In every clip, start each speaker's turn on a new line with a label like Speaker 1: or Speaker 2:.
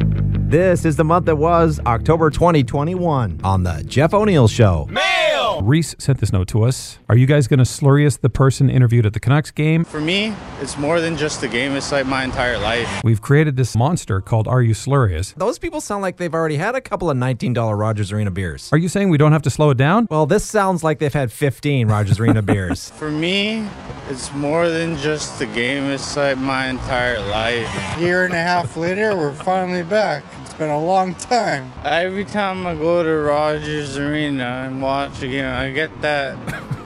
Speaker 1: This is the month that was October 2021 on the Jeff O'Neill Show.
Speaker 2: Reese sent this note to us. Are you guys going to slurry us the person interviewed at the Canucks game?
Speaker 3: For me, it's more than just the game. It's like my entire life.
Speaker 2: We've created this monster called Are You Slurious?
Speaker 1: Those people sound like they've already had a couple of $19 Rogers Arena beers.
Speaker 2: Are you saying we don't have to slow it down?
Speaker 1: Well, this sounds like they've had 15 Rogers Arena beers.
Speaker 3: For me, it's more than just the game. It's like my entire life.
Speaker 4: year and a half later, we're finally back. It's been a long time.
Speaker 3: Every time I go to Rogers Arena and watch a game, I get that.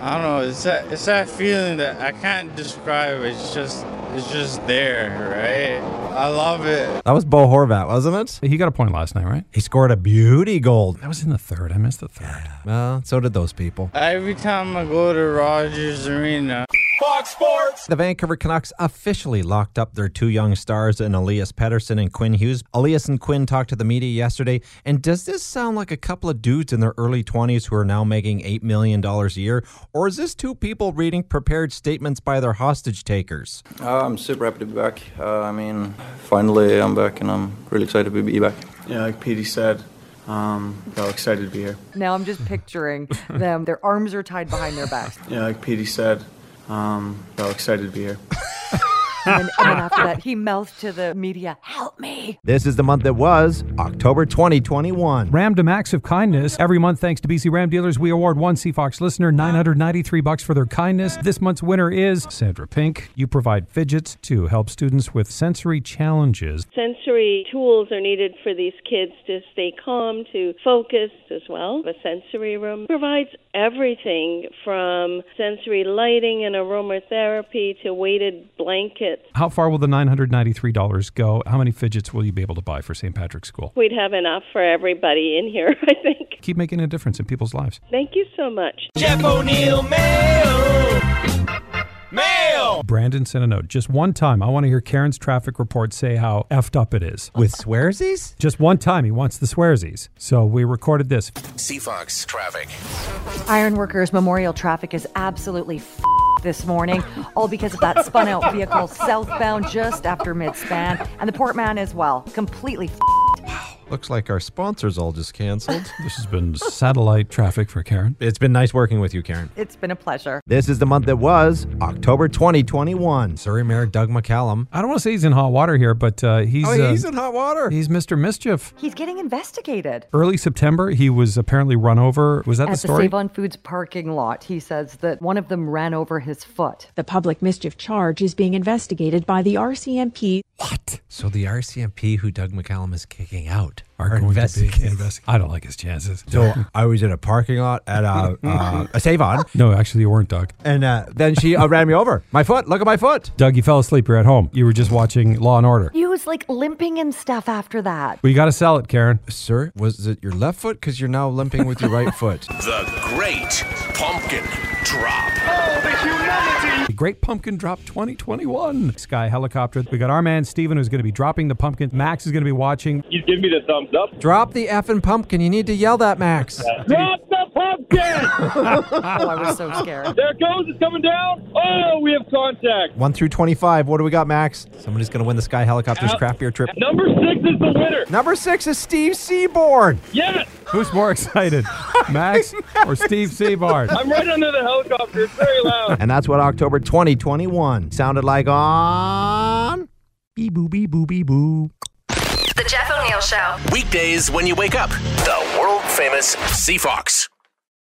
Speaker 3: I don't know. It's that. It's that feeling that I can't describe. It's just. It's just there, right? I love it.
Speaker 1: That was Bo Horvat, wasn't it?
Speaker 2: He got a point last night, right?
Speaker 1: He scored a beauty goal.
Speaker 2: That was in the third. I missed the third.
Speaker 1: Well, so did those people.
Speaker 3: Every time I go to Rogers Arena,
Speaker 1: The Vancouver Canucks officially locked up their two young stars in Elias Pettersson and Quinn Hughes. Elias and Quinn talked to the media yesterday. And does this sound like a couple of dudes in their early 20s who are now making $8 million a year? Or is this two people reading prepared statements by their hostage takers?
Speaker 5: Uh, I'm super happy to be back. Uh, I mean, finally I'm back and I'm really excited to be back.
Speaker 6: Yeah, like Petey said, um, we're all excited to be here.
Speaker 7: Now I'm just picturing them. Their arms are tied behind their backs.
Speaker 6: Yeah, like Petey said, um, we're all excited to be here.
Speaker 7: And then, and then after that, he mouths to the media, Help me.
Speaker 1: This is the month that was October 2021.
Speaker 2: Rammed a max of kindness. Every month, thanks to BC Ram Dealers, we award one Fox listener 993 bucks for their kindness. This month's winner is Sandra Pink. You provide fidgets to help students with sensory challenges.
Speaker 8: sensory tools are needed for these kids to stay calm, to focus as well. The sensory room provides everything from sensory lighting and aromatherapy to weighted blankets.
Speaker 2: How far will the $993 go? How many fidgets will you be able to buy for St. Patrick's School?
Speaker 8: We'd have enough for everybody in here, I think.
Speaker 2: Keep making a difference in people's lives.
Speaker 8: Thank you so much.
Speaker 2: Brandon sent a note. Just one time, I want to hear Karen's traffic report say how effed up it is.
Speaker 1: With swearsies?
Speaker 2: Just one time, he wants the swearsies. So we recorded this.
Speaker 9: Fox traffic.
Speaker 7: Ironworkers Memorial traffic is absolutely f- this morning, all because of that spun out vehicle southbound just after mid span. And the Portman as well, completely f-
Speaker 1: Looks like our sponsors all just canceled.
Speaker 2: This has been satellite traffic for Karen.
Speaker 1: it's been nice working with you, Karen.
Speaker 7: It's been a pleasure.
Speaker 1: This is the month that was October 2021. Surrey Mayor Doug McCallum.
Speaker 2: I don't want to say he's in hot water here, but uh, he's
Speaker 1: oh, he's
Speaker 2: uh,
Speaker 1: in hot water.
Speaker 2: he's Mr. Mischief.
Speaker 7: He's getting investigated.
Speaker 2: Early September, he was apparently run over. Was that the
Speaker 7: At the
Speaker 2: story?
Speaker 7: Save on Foods parking lot, he says that one of them ran over his foot.
Speaker 10: The public mischief charge is being investigated by the RCMP
Speaker 1: What? So the RCMP who Doug McCallum is kicking out
Speaker 2: Are going to be investigated. I don't like his chances.
Speaker 1: So I was in a parking lot at a, uh, a Save On,
Speaker 2: No, actually, you weren't, Doug.
Speaker 1: and uh, then she uh, ran me over. My foot, look at my foot.
Speaker 2: Doug, you fell asleep. You're at home. You were just watching Law and Order.
Speaker 7: He was like limping and stuff after that.
Speaker 2: Well, you got to sell it, Karen.
Speaker 1: Sir, was it your left foot? Because you're now limping with your right foot.
Speaker 9: The Great Pumpkin Drop.
Speaker 2: The Great Pumpkin Drop 2021. Sky Helicopter. We got our man Steven who's going to be dropping the pumpkin. Max is going to be watching.
Speaker 11: He's giving me the thumbs up.
Speaker 1: Drop the effing pumpkin. You need to yell that, Max.
Speaker 11: Drop the pumpkin!
Speaker 7: Oh, I was so scared.
Speaker 11: there it goes. It's coming down. Oh, we have contact.
Speaker 1: One through 25. What do we got, Max? Somebody's going to win the Sky Helicopters craft beer trip.
Speaker 11: Number six is the winner.
Speaker 1: Number six is Steve Seaborn.
Speaker 11: Yes,
Speaker 2: Who's more excited, Max or Steve Seabard?
Speaker 11: I'm right under the helicopter. It's very loud.
Speaker 1: And that's what October 2021 sounded like on.
Speaker 2: Bee boo, bee boo, bee boo.
Speaker 12: The Jeff O'Neill Show.
Speaker 9: Weekdays when you wake up. The world famous Fox.